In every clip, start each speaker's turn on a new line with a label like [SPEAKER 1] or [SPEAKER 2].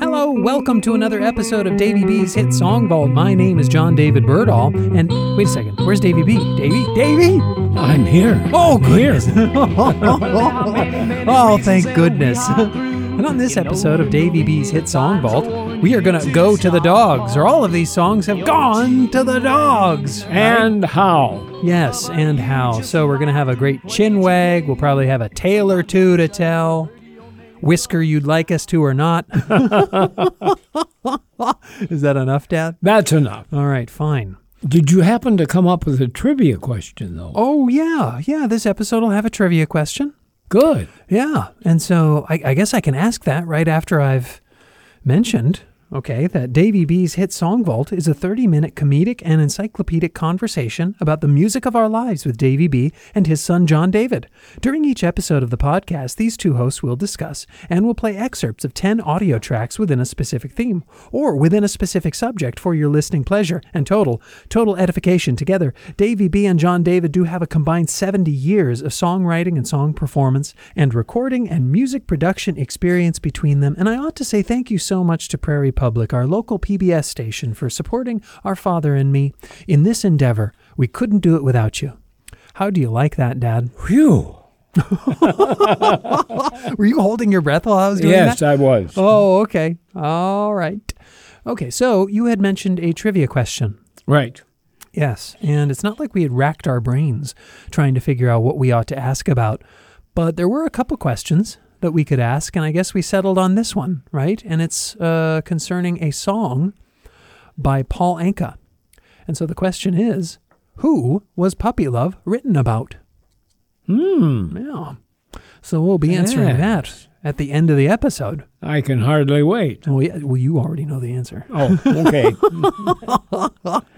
[SPEAKER 1] welcome to another episode of Davy B's Hit Song Vault. My name is John David Birdall, and wait a second, where's Davy B? Davy, Davy!
[SPEAKER 2] I'm here.
[SPEAKER 1] Oh,
[SPEAKER 2] Here.
[SPEAKER 1] goodness! oh, thank goodness! And on this episode of Davy B's Hit Song Vault, we are gonna go to the dogs, or all of these songs have gone to the dogs.
[SPEAKER 2] And how?
[SPEAKER 1] Yes, and how. So we're gonna have a great chin wag. We'll probably have a tale or two to tell. Whisker you'd like us to or not. Is that enough, Dad?
[SPEAKER 2] That's enough.
[SPEAKER 1] All right, fine.
[SPEAKER 2] Did you happen to come up with a trivia question, though?
[SPEAKER 1] Oh yeah, yeah, this episode will have a trivia question.
[SPEAKER 2] Good.
[SPEAKER 1] Yeah. And so I, I guess I can ask that right after I've mentioned, okay, that Davy B's Hit Song Vault is a 30 minute comedic and encyclopedic conversation about the music of our lives with Davy B and his son John David. During each episode of the podcast, these two hosts will discuss and will play excerpts of 10 audio tracks within a specific theme or within a specific subject for your listening pleasure and total total edification together davy b and john david do have a combined 70 years of songwriting and song performance and recording and music production experience between them and i ought to say thank you so much to prairie public our local pbs station for supporting our father and me in this endeavor we couldn't do it without you how do you like that dad
[SPEAKER 2] Phew.
[SPEAKER 1] were you holding your breath while i was doing that
[SPEAKER 2] Yes, I was.
[SPEAKER 1] oh okay all right okay so you had mentioned a trivia question
[SPEAKER 2] Right.
[SPEAKER 1] Yes, and it's not like we had racked our brains trying to figure out what we ought to ask about, but there were a couple questions that we could ask, and I guess we settled on this one, right? And it's uh, concerning a song by Paul Anka. And so the question is who was Puppy Love written about? Hmm. Yeah. So we'll be answering that at the end of the episode.
[SPEAKER 2] I can hardly wait.
[SPEAKER 1] Well, yeah, well, you already know the answer.
[SPEAKER 2] Oh, okay.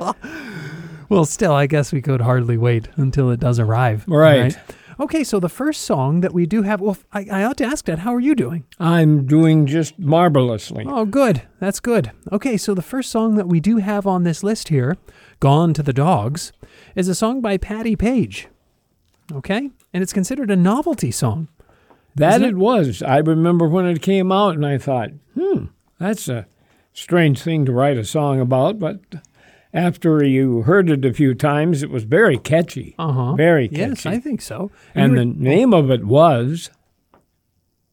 [SPEAKER 1] Well, still, I guess we could hardly wait until it does arrive.
[SPEAKER 2] Right.
[SPEAKER 1] Okay, so the first song that we do have, well, I, I ought to ask that. How are you doing?
[SPEAKER 2] I'm doing just marvelously.
[SPEAKER 1] Oh, good. That's good. Okay, so the first song that we do have on this list here, Gone to the Dogs, is a song by Patti Page. Okay? And it's considered a novelty song.
[SPEAKER 2] That
[SPEAKER 1] isn't
[SPEAKER 2] it was. I remember when it came out, and I thought, hmm, that's a strange thing to write a song about. But after you heard it a few times, it was very catchy.
[SPEAKER 1] Uh huh.
[SPEAKER 2] Very catchy.
[SPEAKER 1] Yes, I think so.
[SPEAKER 2] And
[SPEAKER 1] you
[SPEAKER 2] the name of it was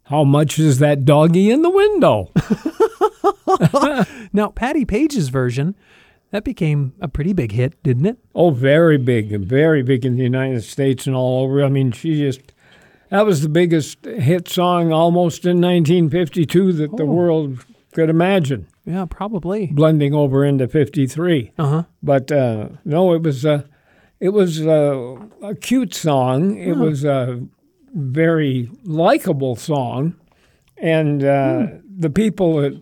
[SPEAKER 2] How Much Is That Doggy in the Window?
[SPEAKER 1] were- now, Patti Page's version, that became a pretty big hit, didn't it?
[SPEAKER 2] oh, very big, very big in the United States and all over. I mean, she just, that was the biggest hit song almost in 1952 that the world could imagine,
[SPEAKER 1] Yeah, probably.
[SPEAKER 2] blending over into 53.
[SPEAKER 1] Uh huh.
[SPEAKER 2] But uh, no, it was a, it was a, a cute song. It was a very likable song, and uh, the people that,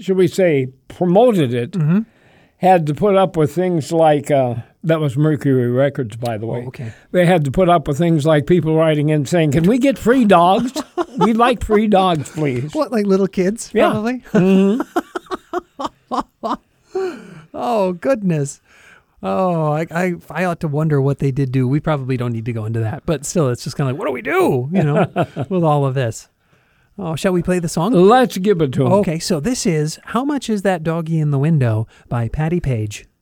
[SPEAKER 2] should we say, promoted it had to put up with things like uh, that was Mercury Records, by the way.
[SPEAKER 1] Oh, okay.
[SPEAKER 2] They had to put up with things like people writing in saying, "Can we get free dogs? We'd like free dogs, please."
[SPEAKER 1] What, like little kids?
[SPEAKER 2] Yeah. Mm-hmm.
[SPEAKER 1] Probably. oh goodness. Oh, I, I I ought to wonder what they did do. We probably don't need to go into that, but still, it's just kind of like, what do we do? You know, with all of this. Oh, shall we play the song?
[SPEAKER 2] Let's give it to them.
[SPEAKER 1] Okay, so this is How Much Is That Doggy in the Window by Patty Page.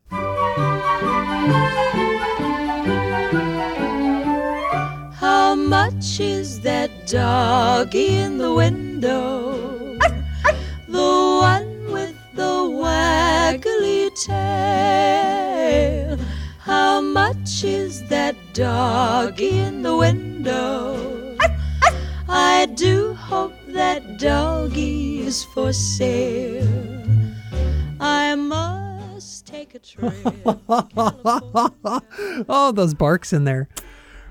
[SPEAKER 3] How much is that doggy in the window? The one with the waggly tail. How much is that doggy in the window? I do hope that doggy is for sale. I must take a trip.
[SPEAKER 1] Oh, those barks in there.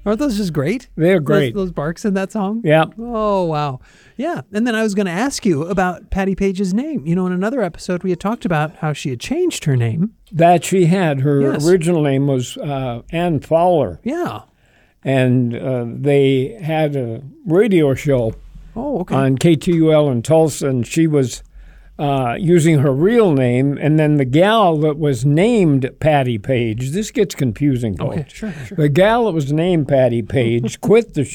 [SPEAKER 1] Aren't those just great?
[SPEAKER 2] They're
[SPEAKER 1] Those-
[SPEAKER 2] great.
[SPEAKER 1] Those, barks in that song?
[SPEAKER 2] Yeah.
[SPEAKER 1] Oh wow, yeah. And then I was going to ask you about Patty Page's name. You know, in another episode, we had talked about how she had changed her name.
[SPEAKER 2] That she had. Her
[SPEAKER 1] Yes.
[SPEAKER 2] original name was uh, Ann Fowler,
[SPEAKER 1] Yeah.
[SPEAKER 2] and uh, they had a radio show
[SPEAKER 1] Oh, okay.
[SPEAKER 2] on KTUL in Tulsa, and she was uh, using her real name. And then the gal that was named Patty Page, this gets confusing, folks.
[SPEAKER 1] Okay, sure, sure.
[SPEAKER 2] The gal that was named Patty Page quit the
[SPEAKER 1] Uh-huh.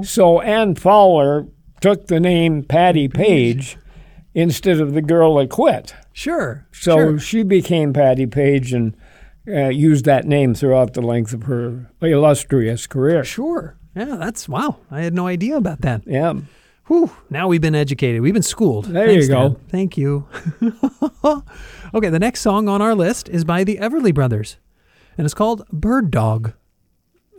[SPEAKER 2] show, so Ann Fowler took the name Patty Page instead of the girl that quit.
[SPEAKER 1] Sure.
[SPEAKER 2] So
[SPEAKER 1] sure.
[SPEAKER 2] she became Patty Page and uh, used that name throughout the length of her illustrious career.
[SPEAKER 1] Sure. Yeah, that's wow. I had no idea about that.
[SPEAKER 2] Yeah.
[SPEAKER 1] Whew. Now we've been educated. We've been schooled.
[SPEAKER 2] There you go.
[SPEAKER 1] Dan. Thank you. okay, the next song on our list is by the Everly Brothers, and it's called Bird Dog.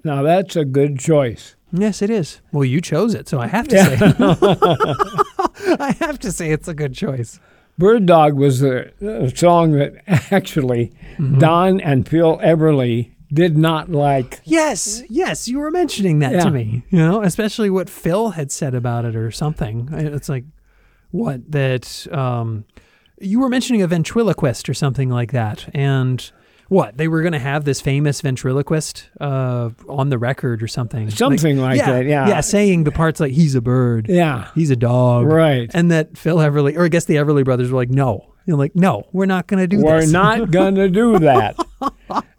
[SPEAKER 2] Now that's a good choice.
[SPEAKER 1] Yes, it is. Well, you chose it, so I have to say. I have to say it's a good choice.
[SPEAKER 2] Bird Dog was a, a song that actually
[SPEAKER 1] Mm-hmm.
[SPEAKER 2] Don and Phil Everly did not like.
[SPEAKER 1] Yes, yes, you were mentioning that
[SPEAKER 2] Yeah.
[SPEAKER 1] to me. You know, especially what Phil had said about it or something. I- It's like what that um you were mentioning a ventriloquist or something like that and what they were going to have this famous ventriloquist uh, on the record or something
[SPEAKER 2] Something like that, yeah.
[SPEAKER 1] yeah saying the parts like he's a bird
[SPEAKER 2] Yeah.
[SPEAKER 1] he's a dog
[SPEAKER 2] Right.
[SPEAKER 1] and that phil everly or i guess the everly brothers were like no you're like no we're not going to do
[SPEAKER 2] We're
[SPEAKER 1] this
[SPEAKER 2] not going to do that.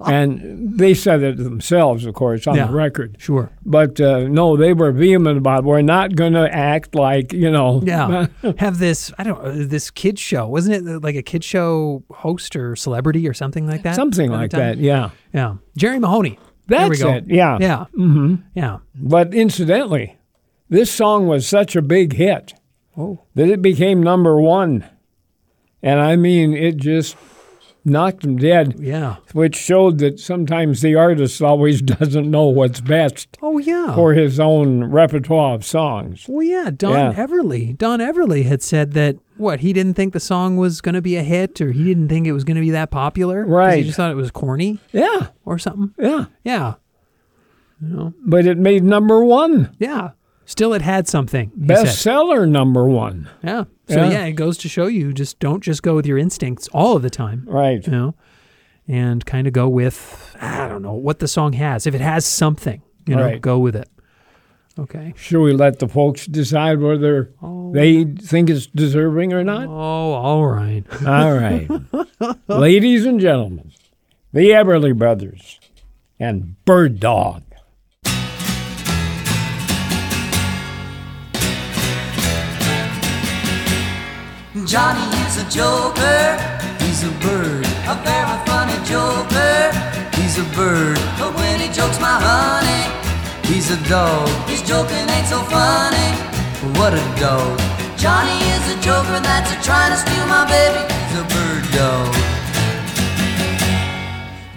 [SPEAKER 2] and they said it themselves, of course, on
[SPEAKER 1] Yeah.
[SPEAKER 2] the record.
[SPEAKER 1] sure
[SPEAKER 2] But uh, no, they were vehement about we're not going to act like, you know.
[SPEAKER 1] Yeah, have this. I don't know, this kid show wasn't it uh, like a kid show host or celebrity or something like that?
[SPEAKER 2] Something
[SPEAKER 1] at the
[SPEAKER 2] like
[SPEAKER 1] time?
[SPEAKER 2] that, yeah.
[SPEAKER 1] Yeah, Jerry Mahoney. there we
[SPEAKER 2] That's
[SPEAKER 1] go.
[SPEAKER 2] it, yeah.
[SPEAKER 1] yeah, mm-hmm. yeah.
[SPEAKER 2] But incidentally, this song was such a big hit
[SPEAKER 1] Oh.
[SPEAKER 2] that it became number one. And I mean, it just knocked them dead,
[SPEAKER 1] Yeah.
[SPEAKER 2] which showed that sometimes the artist always doesn't know what's best
[SPEAKER 1] Oh yeah.
[SPEAKER 2] for his own repertoire of songs.
[SPEAKER 1] well, yeah. Don
[SPEAKER 2] Yeah.
[SPEAKER 1] Everly. Don Everly had said that what he didn't think the song was going to be a hit, or he didn't think it was going to be that popular. 'cause He
[SPEAKER 2] Right.
[SPEAKER 1] just thought it was corny
[SPEAKER 2] Yeah,
[SPEAKER 1] or something.
[SPEAKER 2] yeah.
[SPEAKER 1] Yeah.
[SPEAKER 2] But it made number one,
[SPEAKER 1] Yeah. Still, it had something. he said.
[SPEAKER 2] bestseller number one.
[SPEAKER 1] Yeah. So
[SPEAKER 2] Yeah.
[SPEAKER 1] yeah, it goes to show you just don't just go with your instincts all of the time.
[SPEAKER 2] Right.
[SPEAKER 1] you know, and kind of go with I don't know what the song has. If it has something, you know,
[SPEAKER 2] Right.
[SPEAKER 1] go with it. Okay.
[SPEAKER 2] Should we let the folks decide whether they think it's deserving or not?
[SPEAKER 1] Oh, all right.
[SPEAKER 2] All right. Ladies and gentlemen, the Everly Brothers and Bird Dog.
[SPEAKER 4] Johnny is a joker. He's a bird. A very funny joker. He's a bird. But when he jokes my honey, he's a dog. His joking ain't so funny. What a dog. Johnny is a joker that's a trying to steal my baby. He's a bird dog.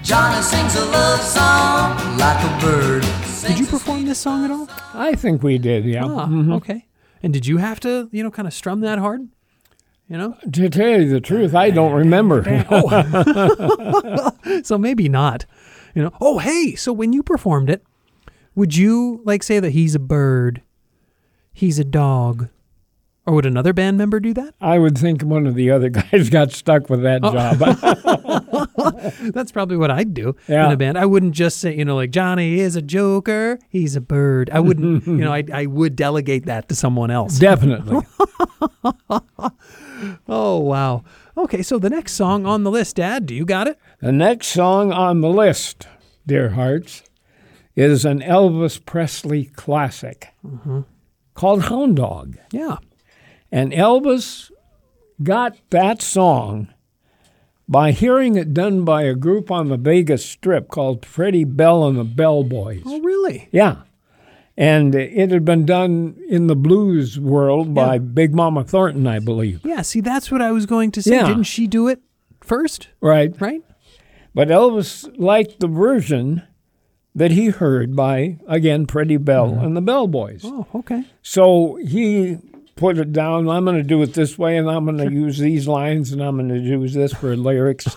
[SPEAKER 4] Johnny sings a love song like a bird.
[SPEAKER 1] Did you
[SPEAKER 4] Sings a
[SPEAKER 1] perform this song at all?
[SPEAKER 2] I think we did, yeah.
[SPEAKER 1] Ah, okay. And did you have to, you know, kind of strum that hard? You know,
[SPEAKER 2] To tell you the truth, I don't remember.
[SPEAKER 1] so maybe not. You know. Oh, hey. So when you performed it, would you like say that he's a bird, he's a dog, or would another band member do that?
[SPEAKER 2] I would think one of the other guys got stuck with that job.
[SPEAKER 1] That's probably what I'd do in
[SPEAKER 2] Yeah.
[SPEAKER 1] a band. I wouldn't just say, you know, like Johnny is a joker, he's a bird. I wouldn't, you know, I, I would delegate that to someone else.
[SPEAKER 2] Definitely.
[SPEAKER 1] Oh, wow. Okay, so the next song on the list, Dad, do you got it?
[SPEAKER 2] The next song on the list, dear hearts, is an Elvis Presley classic called Hound Dog.
[SPEAKER 1] Yeah.
[SPEAKER 2] And Elvis got that song by hearing it done by a group on the Vegas Strip called Freddie Bell and the Bell Boys.
[SPEAKER 1] Oh, really?
[SPEAKER 2] Yeah. And it had been done in the blues world by Big Mama Thornton, I believe.
[SPEAKER 1] Yeah, see, that's what I was going to say.
[SPEAKER 2] Yeah.
[SPEAKER 1] Didn't she do it first?
[SPEAKER 2] Right.
[SPEAKER 1] Right?
[SPEAKER 2] But Elvis liked the version that he heard by, again, Freddie Bell and the Bell Boys.
[SPEAKER 1] Oh, okay.
[SPEAKER 2] So he put it down. I'm going to do it this way, and I'm going to use these lines, and I'm going to use this for lyrics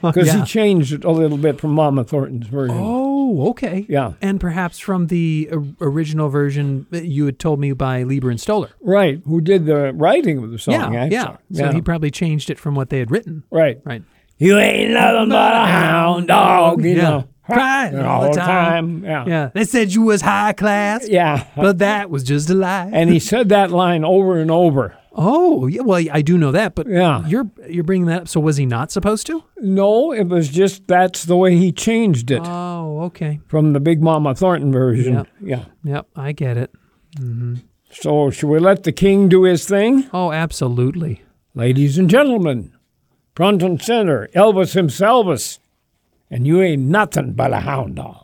[SPEAKER 2] because
[SPEAKER 1] Yeah.
[SPEAKER 2] he changed it a little bit from Mama Thornton's version.
[SPEAKER 1] Oh, okay.
[SPEAKER 2] Yeah.
[SPEAKER 1] And perhaps from the o- original version that you had told me by Lieber and Stoller.
[SPEAKER 2] Right, who did the writing of the song?
[SPEAKER 1] Oh, yeah,
[SPEAKER 2] actually.
[SPEAKER 1] yeah. So he probably changed it from what they had written.
[SPEAKER 2] right.
[SPEAKER 1] Right.
[SPEAKER 2] You ain't nothing but a hound dog, you
[SPEAKER 1] Yeah.
[SPEAKER 2] know,
[SPEAKER 1] Crying all the time.
[SPEAKER 2] Yeah, yeah.
[SPEAKER 1] Yeah, they said you was high class, but that was just a lie.
[SPEAKER 2] and he said that line over and over.
[SPEAKER 1] oh, yeah, well, I do know that, but
[SPEAKER 2] Yeah.
[SPEAKER 1] you're you're bringing that up. So was he not supposed to?
[SPEAKER 2] No, it was just that's the way he changed it
[SPEAKER 1] Oh, okay.
[SPEAKER 2] from the Big Mama Thornton version.
[SPEAKER 1] Yeah.
[SPEAKER 2] yeah.
[SPEAKER 1] Yep, I get it.
[SPEAKER 2] So should we let the king do his thing?
[SPEAKER 1] Oh, absolutely.
[SPEAKER 2] Ladies and gentlemen, front and center, Elvis himself. And you ain't nothing but a hound dog.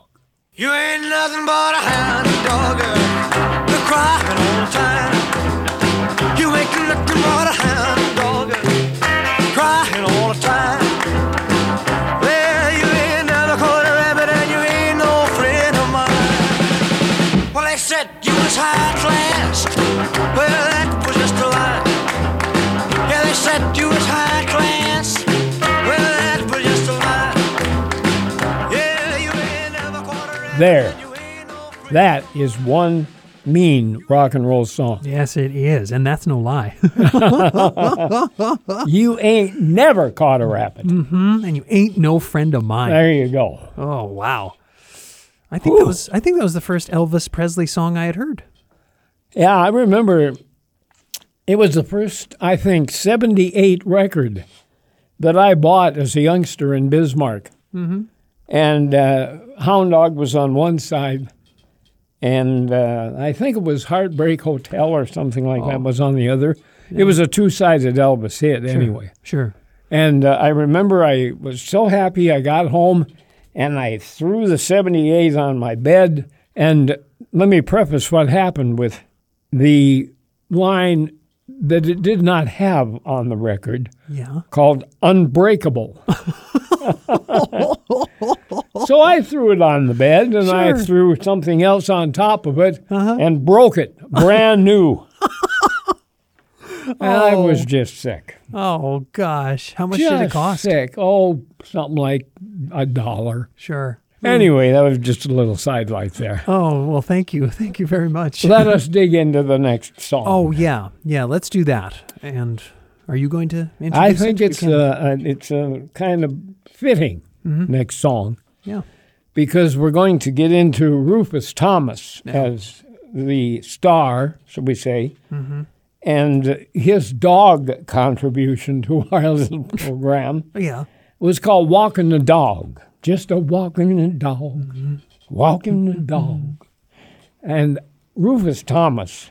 [SPEAKER 4] You ain't nothing but a hound dog, girl. You're crying all the time. You ain't nothing but a hound dog, girl. Crying all the time. Well, you ain't never caught a rabbit and you ain't no friend of mine. Well, they said you was high class. Well, that was just a lie. Yeah, they said you was high class. Well, that was just a lie. Yeah, you ain't never caught a rabbit.
[SPEAKER 2] There.
[SPEAKER 4] and you ain't no friend
[SPEAKER 2] That is one mean rock and roll song.
[SPEAKER 1] Yes, it is, and that's no lie.
[SPEAKER 2] You ain't never caught a rabbit.
[SPEAKER 1] and you ain't no friend of mine.
[SPEAKER 2] There you go.
[SPEAKER 1] Oh wow. I think that was I think that was the first Elvis Presley song I had heard.
[SPEAKER 2] Yeah, I remember it was the first, I think, 78 record that I bought as a youngster in Bismarck. Mm-hmm. And uh, Hound Dog was on one side, and uh, I think it was Heartbreak Hotel or something like that was on the other. It was a two sided Elvis hit, anyway.
[SPEAKER 1] Sure.
[SPEAKER 2] And uh, I remember I was so happy I got home and I threw the 78 on my bed. And let me preface what happened with the line that it did not have on the record
[SPEAKER 1] Yeah.
[SPEAKER 2] called Unbreakable. so I threw it on the bed and I
[SPEAKER 1] Sure.
[SPEAKER 2] threw something else on top of it and broke it brand new. And I was just sick.
[SPEAKER 1] Oh gosh. How much did it
[SPEAKER 2] Just
[SPEAKER 1] cost?
[SPEAKER 2] Sick. Oh, something like a dollar.
[SPEAKER 1] Sure.
[SPEAKER 2] Anyway, that was just a little sidelight there.
[SPEAKER 1] Oh well thank you. Thank you very much.
[SPEAKER 2] Let us dig into the next song.
[SPEAKER 1] oh yeah. Yeah, let's do that. And are you going to introduce
[SPEAKER 2] I
[SPEAKER 1] it?
[SPEAKER 2] think
[SPEAKER 1] You
[SPEAKER 2] it's
[SPEAKER 1] can- Mm-hmm.
[SPEAKER 2] uh, it's uh, kind of fitting next song
[SPEAKER 1] Yeah.
[SPEAKER 2] because we're going to get into Rufus Thomas as the star, shall we say,
[SPEAKER 1] Mm-hmm.
[SPEAKER 2] and his dog contribution to our little program.
[SPEAKER 1] Oh, Yeah.
[SPEAKER 2] It was called Walking the Dog. Just a walking the dog. Walking the dog. And Rufus Thomas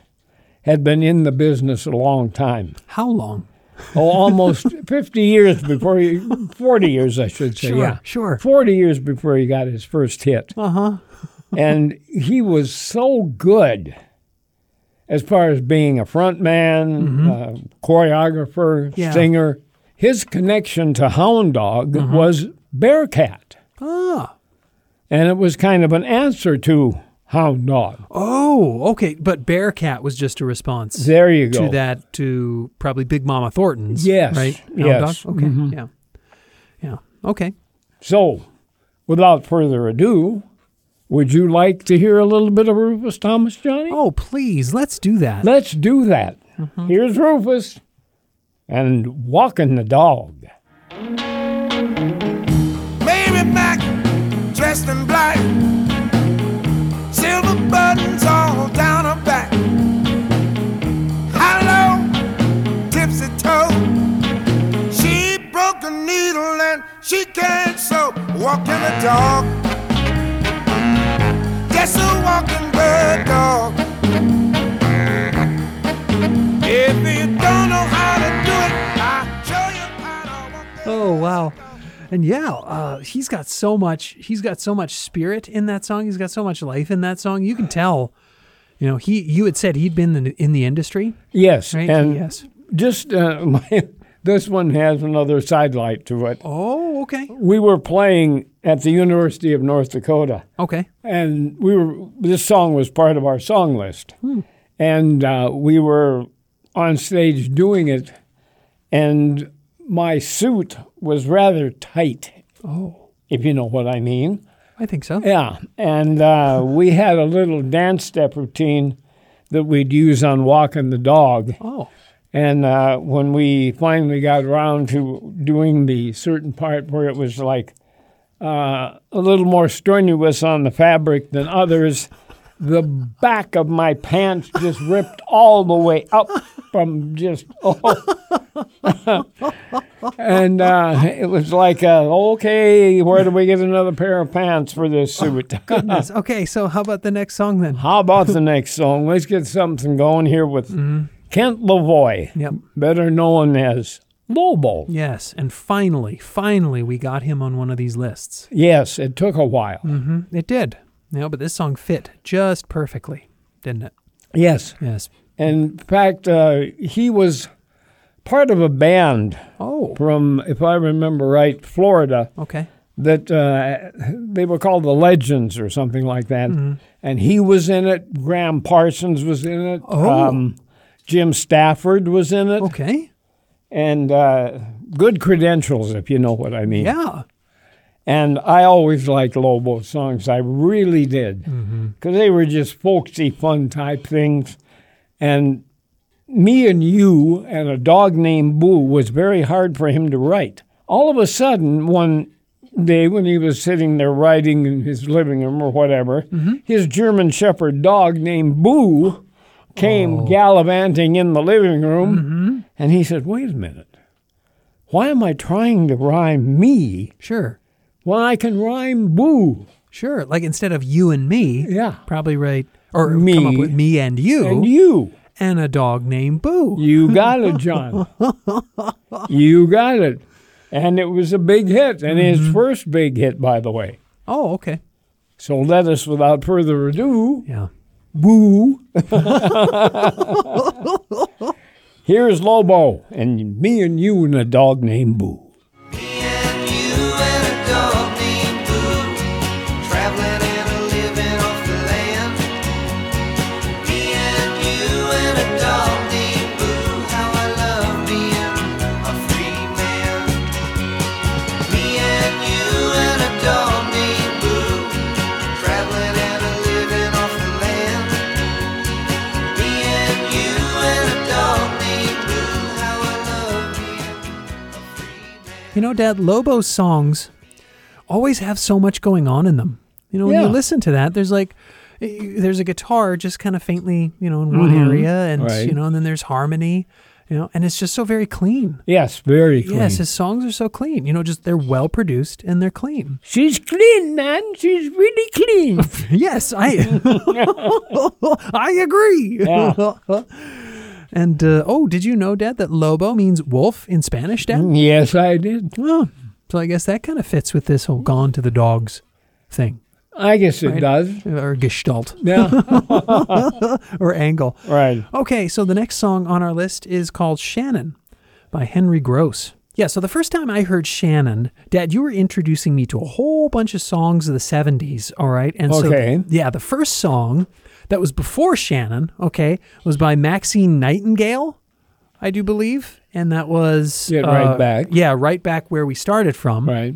[SPEAKER 2] had been in the business a long time.
[SPEAKER 1] How long?
[SPEAKER 2] Oh, almost 50 years before he, 40 years, I should say.
[SPEAKER 1] Sure,
[SPEAKER 2] yeah.
[SPEAKER 1] sure.
[SPEAKER 2] 40 years before he got his first hit. Uh
[SPEAKER 1] Uh-huh.
[SPEAKER 2] huh. and he was so good as far as being a front man, uh, choreographer,
[SPEAKER 1] Mm-hmm. Yeah.
[SPEAKER 2] singer. His connection to Hound Dog
[SPEAKER 1] Mm-hmm.
[SPEAKER 2] was Bearcat.
[SPEAKER 1] Ah.
[SPEAKER 2] And it was kind of an answer to Hound Dog.
[SPEAKER 1] Oh, okay. But Bearcat was just a response
[SPEAKER 2] There you go.
[SPEAKER 1] to that to probably Big Mama Thornton's.
[SPEAKER 2] Yes,
[SPEAKER 1] Right? Hound
[SPEAKER 2] yes. Mm-hmm.
[SPEAKER 1] Dog? Okay. Yeah. Yeah. Okay.
[SPEAKER 2] So, without further ado, would you like to hear a little bit of Rufus Thomas, Johnny?
[SPEAKER 1] Oh, please, let's do that.
[SPEAKER 2] Let's do that.
[SPEAKER 1] Mm-hmm.
[SPEAKER 2] Here's Rufus and walking the dog.
[SPEAKER 5] Mary Mack, dressed in black, silver buttons all down her back. Hello, tipsy toe. She broke a needle and she can't sew. Walking a dog, just a walking bird dog. If you don't know how to do it, I'll show you how to walk. the
[SPEAKER 1] Oh, wow. And yeah, uh, he's got so much. He's got so much spirit in that song. He's got so much life in that song. You can tell. You know, he. You had said he'd been in, in the industry,
[SPEAKER 2] Yes,
[SPEAKER 1] right?
[SPEAKER 2] and
[SPEAKER 1] yes.
[SPEAKER 2] just uh, my, this one has another sidelight to it.
[SPEAKER 1] Oh, okay.
[SPEAKER 2] We were playing at the University of North Dakota,
[SPEAKER 1] Okay.
[SPEAKER 2] and we were this song was part of our song list,
[SPEAKER 1] Hmm.
[SPEAKER 2] and uh, we were on stage doing it, and my suit was rather tight. Oh, if you know what I mean.
[SPEAKER 1] I think so.
[SPEAKER 2] Yeah, and uh, we had a little dance step routine that we'd use on walking the dog.
[SPEAKER 1] Oh,
[SPEAKER 2] And uh, when we finally got around to doing the certain part where it was like uh, a little more strenuous on the fabric than others, the back of my pants just ripped all the way up from just oh. and uh, it was like, uh, okay, where do we get another pair of pants for this suit?
[SPEAKER 1] goodness. okay. So, how about the next song then?
[SPEAKER 2] How about the next song? Let's get something going here with Kent Lavoy,
[SPEAKER 1] Mm-hmm. Yep.
[SPEAKER 2] better known as Lobo.
[SPEAKER 1] Yes. And finally, finally, we got him on one of these lists.
[SPEAKER 2] Yes, it took a while.
[SPEAKER 1] It did. No, but this song fit just perfectly, didn't it?
[SPEAKER 2] Yes.
[SPEAKER 1] Yes.
[SPEAKER 2] In fact, uh, he was part of a band
[SPEAKER 1] Oh.
[SPEAKER 2] from, if I remember right, Florida
[SPEAKER 1] Okay.
[SPEAKER 2] that uh, they were called the Legends or something like that.
[SPEAKER 1] Mm-hmm.
[SPEAKER 2] And he was in it. Graham Parsons was in it. Um,
[SPEAKER 1] Oh.
[SPEAKER 2] Jim Stafford was in it.
[SPEAKER 1] Okay.
[SPEAKER 2] And uh, good credentials, if you know what I mean.
[SPEAKER 1] Yeah.
[SPEAKER 2] And I always liked Lobo songs. I really did. Because they were just folksy, fun type things. And me and you and a dog named Boo was very hard for him to write. All of a sudden, one day when he was sitting there writing in his living room or whatever, his German Shepherd dog named Boo came gallivanting in the living room. And he said, Wait a minute. Why am I trying to rhyme me?
[SPEAKER 1] Sure.
[SPEAKER 2] Well, I can rhyme boo.
[SPEAKER 1] Sure. Like instead of you and me,
[SPEAKER 2] Yeah.
[SPEAKER 1] probably write or come up
[SPEAKER 2] Me.
[SPEAKER 1] with me and you
[SPEAKER 2] And
[SPEAKER 1] and,
[SPEAKER 2] you,
[SPEAKER 1] a dog named Boo.
[SPEAKER 2] you got it, John. you got it. And it was a big hit, and his first big hit, by the way.
[SPEAKER 1] Oh, okay.
[SPEAKER 2] So let us, without further ado,
[SPEAKER 1] Yeah.
[SPEAKER 2] boo. Here's Lobo, and me and you and a dog named Boo.
[SPEAKER 1] You know, Dad, Lobo's songs always have so much going on in them. You know, when
[SPEAKER 2] Yeah.
[SPEAKER 1] you listen to that, there's like eh, there's a guitar just kind of faintly, you know, in one area and
[SPEAKER 2] Mm-hmm. Right.
[SPEAKER 1] you know, and then there's harmony, you know, and it's just so very clean.
[SPEAKER 2] Yes, very clean.
[SPEAKER 1] Yes, his songs are so clean. You know, just they're well produced and they're clean.
[SPEAKER 2] She's clean, man. She's really clean.
[SPEAKER 1] Yes, I I agree.
[SPEAKER 2] Yeah.
[SPEAKER 1] and uh, oh, did you know, Dad, that Lobo means wolf in Spanish, Dad?
[SPEAKER 2] yes, I did.
[SPEAKER 1] Oh, so I guess that kind of fits with this whole "gone to the dogs" thing,
[SPEAKER 2] I guess it does.
[SPEAKER 1] or gestalt,
[SPEAKER 2] Yeah,
[SPEAKER 1] or angle.
[SPEAKER 2] right.
[SPEAKER 1] Okay, so the next song on our list is called "Shannon" by Henry Gross. Yeah, so the first time I heard Shannon, Dad, you were introducing me to a whole bunch of songs of the '70s. All right, and
[SPEAKER 2] Okay.
[SPEAKER 1] so yeah, the first song that was before Shannon, okay, was by Maxine Nightingale, I do believe, and that was uh,
[SPEAKER 2] Yeah, Right Back.
[SPEAKER 1] Yeah, right back where we started from.
[SPEAKER 2] Right.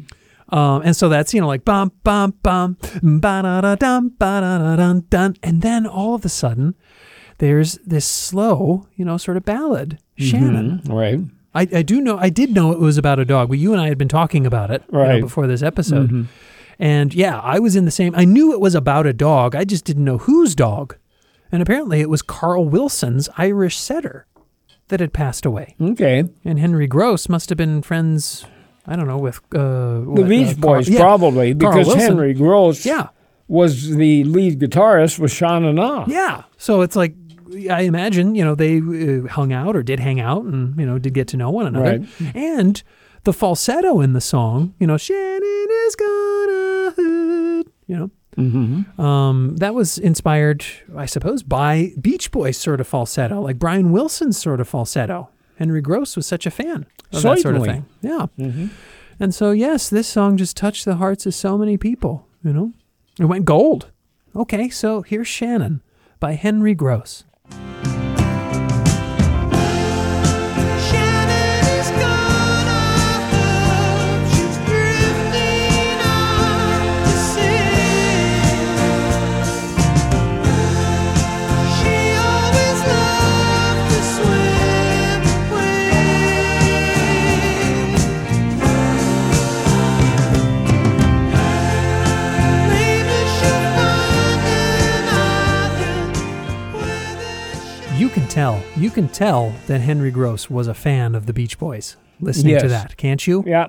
[SPEAKER 1] Um, and so that's, you know, like bum, bum, bum, ba da da dum, ba da da dun, dun. And then all of a sudden, there's this slow, you know, sort of ballad, Shannon.
[SPEAKER 2] Right.
[SPEAKER 1] I, I do know, I did know it was about a dog, but you and I had been talking about it you know,
[SPEAKER 2] Right.
[SPEAKER 1] before this episode. And yeah, I was in the same, I knew it was about a dog. I just didn't know whose dog. And apparently it was Carl Wilson's Irish setter that had passed away.
[SPEAKER 2] Okay.
[SPEAKER 1] And Henry Gross must have been friends, I don't know, with uh,
[SPEAKER 2] The Beach Boys, probably, because Henry Gross
[SPEAKER 1] Yeah,
[SPEAKER 2] was the lead guitarist with Sean and Ah.
[SPEAKER 1] yeah. So it's like I imagine you know they uh, hung out or did hang out and you know did get to know one another. And the falsetto in the song, you know, Shannon is gonna hoot, you know. Um, that was inspired, I suppose, by Beach Boys sort of falsetto, like Brian Wilson's sort of falsetto. Henry Gross was such a fan of that sort of
[SPEAKER 2] Certainly. Mm-hmm.
[SPEAKER 1] thing. Yeah. And so, yes, this song just touched the hearts of so many people, you know? It went gold. Okay, so here's Shannon by Henry Gross.
[SPEAKER 6] Shannon is gonna help. She's drifting off the She always loved to swim away. Maybe she'll find another
[SPEAKER 1] You can tell, you can tell that Henry Gross was a fan of the Beach Boys listening to
[SPEAKER 2] Yes.
[SPEAKER 1] that, can't you?
[SPEAKER 2] Yeah.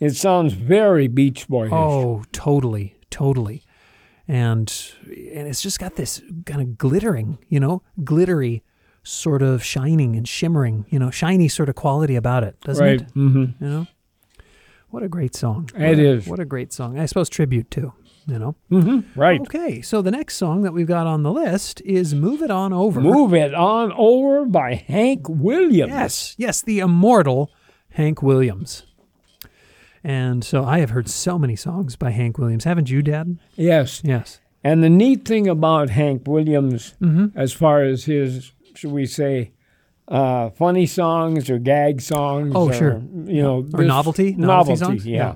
[SPEAKER 2] It sounds very Beach Boyish.
[SPEAKER 1] Oh, totally, totally. And and it's just got this kind of glittering, you know, glittery sort of shining and shimmering, you know, shiny sort of quality about it, doesn't
[SPEAKER 2] right.
[SPEAKER 1] it?
[SPEAKER 2] hmm
[SPEAKER 1] You know, what a great song!
[SPEAKER 2] It
[SPEAKER 1] What a-
[SPEAKER 2] is.
[SPEAKER 1] What a great song! I suppose tribute too. You know.
[SPEAKER 2] Right.
[SPEAKER 1] Okay, so the next song that we've got on the list is "Move It On Over."
[SPEAKER 2] Move it on over by Hank Williams.
[SPEAKER 1] Yes, yes, the immortal Hank Williams. And so I have heard so many songs by Hank Williams. Haven't you, Dad?
[SPEAKER 2] Yes.
[SPEAKER 1] Yes.
[SPEAKER 2] And the neat thing about Hank Williams,
[SPEAKER 1] Mm-hmm.
[SPEAKER 2] as far as his, should we say, uh, funny songs or gag songs,
[SPEAKER 1] Oh,
[SPEAKER 2] or,
[SPEAKER 1] sure.
[SPEAKER 2] you know,
[SPEAKER 1] Or novelty- novelty
[SPEAKER 2] novelty,
[SPEAKER 1] songs?
[SPEAKER 2] yeah,
[SPEAKER 1] Yeah.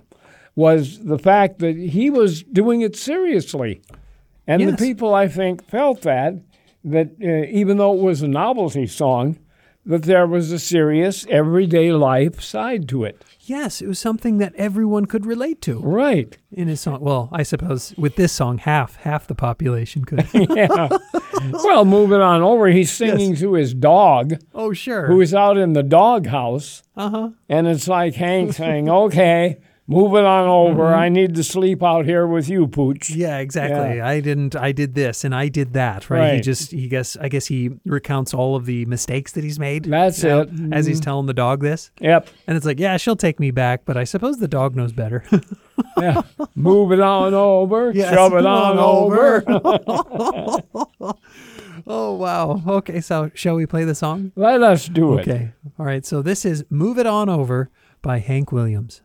[SPEAKER 2] was the fact that he was doing it seriously, and
[SPEAKER 1] Yes.
[SPEAKER 2] the people I think felt that that uh, even though it was a novelty song, that there was a serious everyday life side to it.
[SPEAKER 1] Yes, it was something that everyone could relate to
[SPEAKER 2] Right.
[SPEAKER 1] in his song. Well, I suppose with this song, half half the population could.
[SPEAKER 2] Well, moving on over, he's singing to his dog.
[SPEAKER 1] oh, sure.
[SPEAKER 2] who is out in the doghouse. Uh-huh. And it's like Hank saying, okay, move it on over. I need to sleep out here with you, Pooch.
[SPEAKER 1] Mm-hmm. yeah, exactly.
[SPEAKER 2] Yeah.
[SPEAKER 1] I didn't. I did this and I did that. Right. He
[SPEAKER 2] Right.
[SPEAKER 1] just. He guess. I guess he recounts all of the mistakes that he's made.
[SPEAKER 2] That's
[SPEAKER 1] you know,
[SPEAKER 2] it. Mm.
[SPEAKER 1] As he's telling the dog this,
[SPEAKER 2] Yep.
[SPEAKER 1] and it's like, yeah, she'll take me back, but I suppose the dog knows better.
[SPEAKER 2] Yeah. move it on over. Shove it on, over.
[SPEAKER 1] oh wow. Okay, so shall we play the song?
[SPEAKER 2] Let us do it.
[SPEAKER 1] Okay. All right. So this is "Move It On Over" by Hank Williams.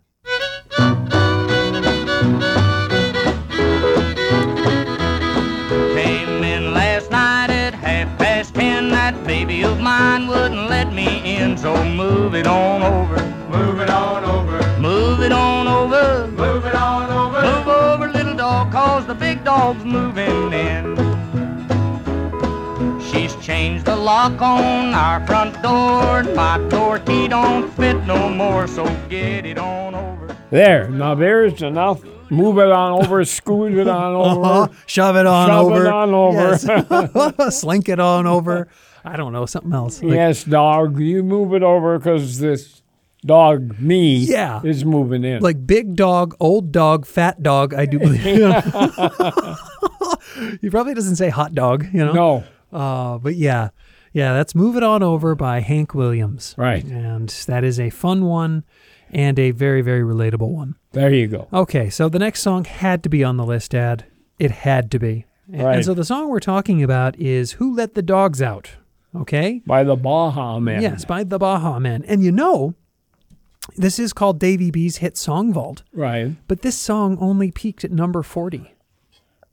[SPEAKER 7] Came in last night at half past ten. That baby of mine wouldn't let me in, so move it on over. Move it on over. Move it on over. Move it on over. Move over, little dog, cause the big dog's moving in. She's changed the lock on our front door, and my door key don't fit no more, so get it on over.
[SPEAKER 2] There. Now there's enough. Move it on over. Scoot it on over.
[SPEAKER 1] Uh-huh. Shove it on
[SPEAKER 2] Shove it
[SPEAKER 1] over.
[SPEAKER 2] on over.
[SPEAKER 1] Yes. Slink it on over. I don't know something else. Like,
[SPEAKER 2] yes, dog. You move it over because this dog, me,
[SPEAKER 1] Yeah.
[SPEAKER 2] is moving in.
[SPEAKER 1] like big dog, old dog, fat dog. I do believe. he probably doesn't say hot dog. You know.
[SPEAKER 2] no.
[SPEAKER 1] Uh, but yeah, yeah, that's Move It On Over by Hank Williams.
[SPEAKER 2] Right.
[SPEAKER 1] And that is a fun one and a very, very relatable one.
[SPEAKER 2] There you go.
[SPEAKER 1] Okay, so the next song had to be on the list, Dad. It had to be. And, and
[SPEAKER 2] Right.
[SPEAKER 1] so the song we're talking about is Who Let the Dogs Out? Okay?
[SPEAKER 2] By the Baja Man.
[SPEAKER 1] Yes, by the Baja Men. And you know, this is called Davy B's hit Song Vault,
[SPEAKER 2] Right.
[SPEAKER 1] but this song only peaked at number 40.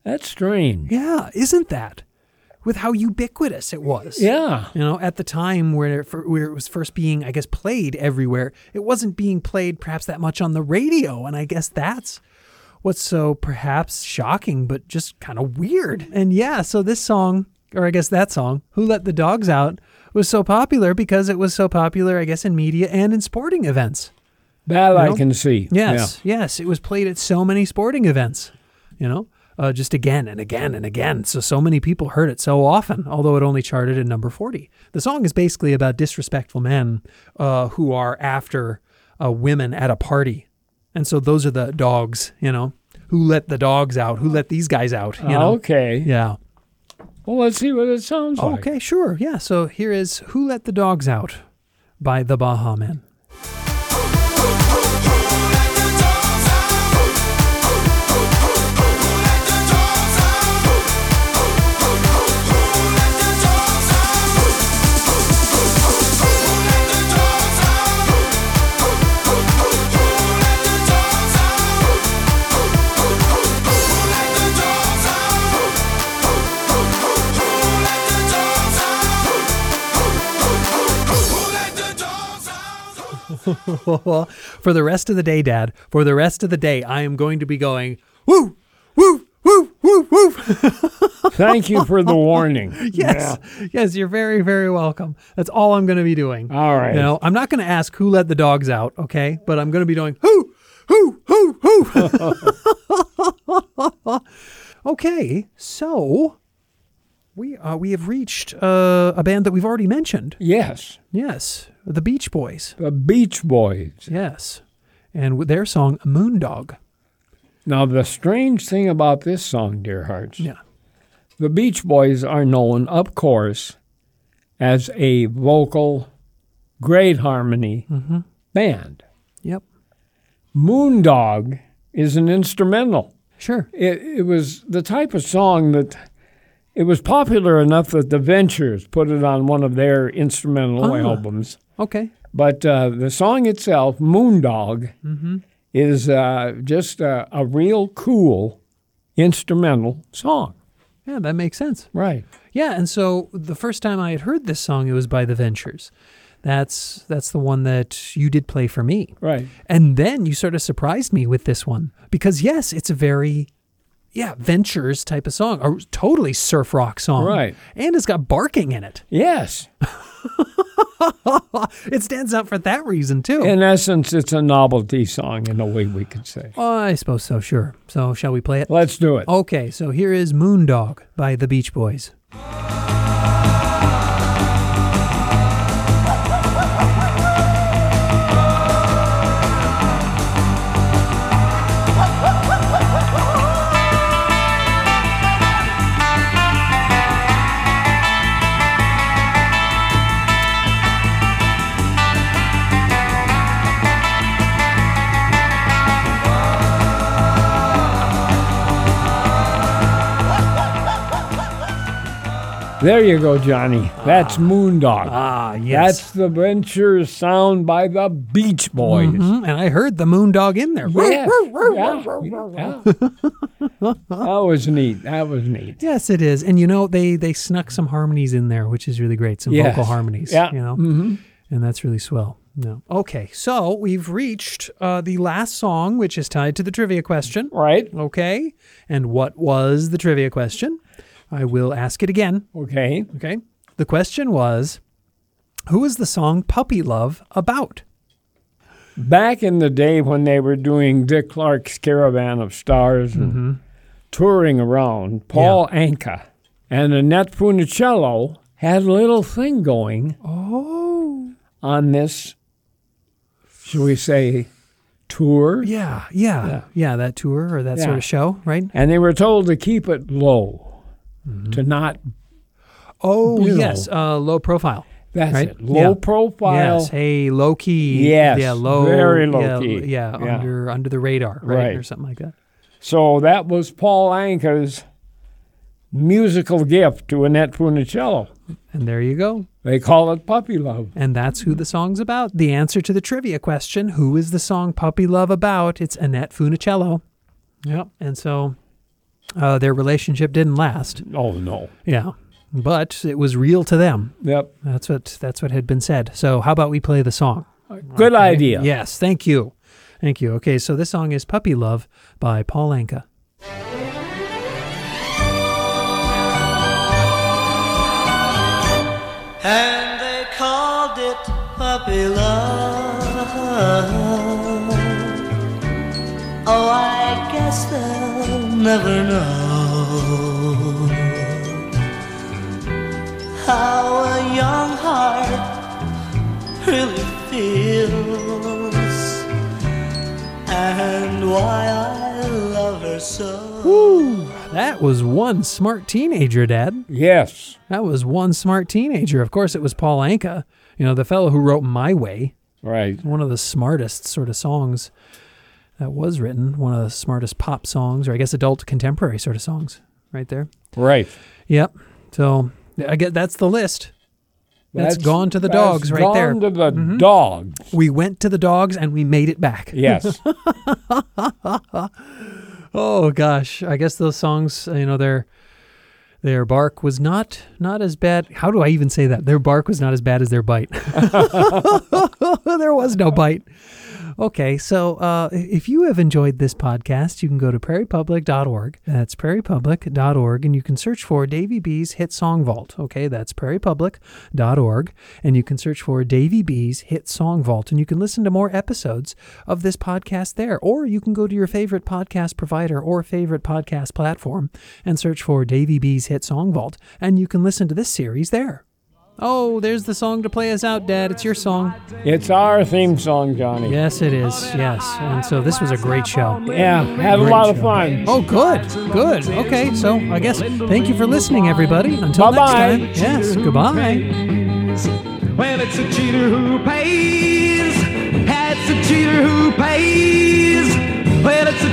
[SPEAKER 2] That's strange.
[SPEAKER 1] Yeah, isn't that? With how ubiquitous it was.
[SPEAKER 2] Yeah.
[SPEAKER 1] You know, at the time where it, fir- where it was first being, I guess, played everywhere, it wasn't being played perhaps that much on the radio, and I guess that's what's so perhaps shocking, but just kind of weird. And yeah, so this song, or I guess that song, "Who Let the Dogs Out," was so popular because it was so popular, I guess, in media and in sporting events.
[SPEAKER 2] That
[SPEAKER 1] know?
[SPEAKER 2] I can see.
[SPEAKER 1] Yes, yes, it was played at so many sporting events. You know. Uh, just again and again and again. So, so many people heard it so often, although it only charted at number 40. The song is basically about disrespectful men uh, who are after uh, women at a party. And so, those are the dogs, you know, who let the dogs out, who let these guys out, you
[SPEAKER 2] Yeah.
[SPEAKER 1] know?
[SPEAKER 2] Okay.
[SPEAKER 1] Yeah. Oh,
[SPEAKER 2] Well, let's see what it sounds like.
[SPEAKER 1] Okay, sure. Yeah. So, here is Who Let the Dogs Out by the Baha Men. well, for the rest of the day, Dad, for the rest of the day, I am going to be going, woo, woo, woo, woo, woo.
[SPEAKER 2] Thank you for the warning.
[SPEAKER 1] yes. Yes, you're very, very welcome. That's all I'm going to be doing.
[SPEAKER 2] All right.
[SPEAKER 1] You know, I'm not going to ask who let the dogs out, okay? But I'm going to be doing who, who, who, who. okay. So we, uh, we have reached uh, a band that we've already mentioned.
[SPEAKER 2] Yes.
[SPEAKER 1] Yes, the Beach Boys.
[SPEAKER 2] The Beach Boys.
[SPEAKER 1] Yes. And with their song, Moondog.
[SPEAKER 2] Now, the strange thing about this song, dear hearts,
[SPEAKER 1] Yeah.
[SPEAKER 2] the Beach Boys are known, of course, as a vocal, great harmony
[SPEAKER 1] Mm-hmm.
[SPEAKER 2] band.
[SPEAKER 1] Yep.
[SPEAKER 2] Moondog is an instrumental.
[SPEAKER 1] Sure.
[SPEAKER 2] It, it was the type of song that it was popular enough that the Ventures put it on one of their instrumental
[SPEAKER 1] Ah.
[SPEAKER 2] albums.
[SPEAKER 1] Okay.
[SPEAKER 2] But uh, the song itself, Moondog, is uh, just a, a real cool instrumental song.
[SPEAKER 1] Yeah, that makes sense.
[SPEAKER 2] Right.
[SPEAKER 1] Yeah, and so the first time I had heard this song, it was by The Ventures. That's that's the one that you did play for me.
[SPEAKER 2] Right.
[SPEAKER 1] And then you sort of surprised me with this one because yes, it's a very yeah, Ventures type of song, a totally surf rock song.
[SPEAKER 2] Right.
[SPEAKER 1] And it's got barking in it.
[SPEAKER 2] Yes.
[SPEAKER 1] It stands out for that reason too.
[SPEAKER 2] In essence, it's a novelty song in a way we could say.
[SPEAKER 1] oh, I suppose so, sure. So shall we play it?
[SPEAKER 2] Let's do it.
[SPEAKER 1] Okay, so here is Moondog by the Beach Boys.
[SPEAKER 2] There you go, Johnny. That's Moondog.
[SPEAKER 1] Ah,
[SPEAKER 2] That's the Ventures sound by the Beach Boys.
[SPEAKER 1] Mhm, and I heard the Moondog in there.
[SPEAKER 2] Yes. Yeah. Yeah. that was neat. That was neat.
[SPEAKER 1] Yes, it is. And you know, they they snuck some harmonies in there, which is really great. Some
[SPEAKER 2] Yes.
[SPEAKER 1] vocal harmonies.
[SPEAKER 2] Yeah. Mm-hmm.
[SPEAKER 1] You know? And that's really swell. No. Okay. So we've reached uh, the last song, which is tied to the trivia question.
[SPEAKER 2] Right?
[SPEAKER 1] Okay. And what was the trivia question? I will ask it again.
[SPEAKER 2] Okay.
[SPEAKER 1] Okay. The question was Who is the song Puppy Love about?
[SPEAKER 2] Back in the day when they were doing Dick Clark's Caravan of Stars and
[SPEAKER 1] Mm-hmm.
[SPEAKER 2] touring around, Paul Anka and Annette Funicello had a little thing going
[SPEAKER 1] Oh.
[SPEAKER 2] on this, shall we say, tour.
[SPEAKER 1] Yeah. Yeah. Yeah. that tour or that sort
[SPEAKER 2] Yeah.
[SPEAKER 1] of show, right?
[SPEAKER 2] And they were told to keep it low,
[SPEAKER 1] Mm-hmm.
[SPEAKER 2] to not,
[SPEAKER 1] Oh,
[SPEAKER 2] You know.
[SPEAKER 1] yes. Uh, low profile.
[SPEAKER 2] that's
[SPEAKER 1] Right?
[SPEAKER 2] it, low
[SPEAKER 1] Yeah.
[SPEAKER 2] profile.
[SPEAKER 1] Yes. Hey, low key.
[SPEAKER 2] Yes,
[SPEAKER 1] Yeah. Low.
[SPEAKER 2] very low
[SPEAKER 1] yeah,
[SPEAKER 2] key.
[SPEAKER 1] Yeah,
[SPEAKER 2] Yeah.
[SPEAKER 1] Under under the radar, right?
[SPEAKER 2] Right.
[SPEAKER 1] or something like that.
[SPEAKER 2] So that was Paul Anka's musical gift to Annette Funicello.
[SPEAKER 1] And there you go.
[SPEAKER 2] They call it puppy love.
[SPEAKER 1] And that's who the song's about. The answer to the trivia question: Who is the song "Puppy Love" about? It's Annette Funicello. Yep. And so, uh, their relationship didn't last.
[SPEAKER 2] Oh, no.
[SPEAKER 1] Yeah, but it was real to them.
[SPEAKER 2] Yep.
[SPEAKER 1] That's what that's what had been said. So, how about we play the song?
[SPEAKER 2] Good idea.
[SPEAKER 1] Yes. Thank you. Thank you. Okay. So this song is "Puppy Love" by Paul Anka.
[SPEAKER 6] And they called it puppy love. Oh, I guess they'll never know how a young heart really feels and why I love her so.
[SPEAKER 1] That was one smart teenager, Dad.
[SPEAKER 2] Yes.
[SPEAKER 1] That was one smart teenager. Of course, it was Paul Anka, you know, the fellow who wrote My Way,
[SPEAKER 2] Right.
[SPEAKER 1] one of the smartest sort of songs that was written, one of the smartest pop songs, or I guess adult contemporary sort of songs, right there.
[SPEAKER 2] Right.
[SPEAKER 1] Yep. So I guess that's the list. That's gone to the dogs right
[SPEAKER 2] gone
[SPEAKER 1] there. Mm-hmm.
[SPEAKER 2] to the dogs.
[SPEAKER 1] We went to the dogs and we made it back.
[SPEAKER 2] Yes.
[SPEAKER 1] Oh gosh, I guess those songs, uh, you know, their their bark was not not as bad. How do I even say that? Their bark was not as bad as their bite. there was no bite. Okay, so uh, if you have enjoyed this podcast, you can go to prairiepublic.org. That's prairiepublic.org, and you can search for Davy B's Hit Song Vault. Okay, that's prairiepublic.org, and you can search for Davy B's Hit Song Vault, and you can listen to more episodes of this podcast there. Or you can go to your favorite podcast provider or favorite podcast platform and search for Davy B's Hit Song Vault, and you can listen to this series there. Oh, there's the song to play us out, Dad. It's your song.
[SPEAKER 2] it's our theme song, Johnny.
[SPEAKER 1] Yes, it is. Yes. And so this was a great show.
[SPEAKER 2] Yeah. Had a
[SPEAKER 1] Great
[SPEAKER 2] lot of
[SPEAKER 1] show.
[SPEAKER 2] fun.
[SPEAKER 1] Oh, good. Good. Okay. So I guess thank you for listening, everybody. Until
[SPEAKER 2] Bye-bye.
[SPEAKER 1] next time. Yes. Goodbye. pays. Well, it's a cheater who pays. It's a cheater who pays. Well, it's a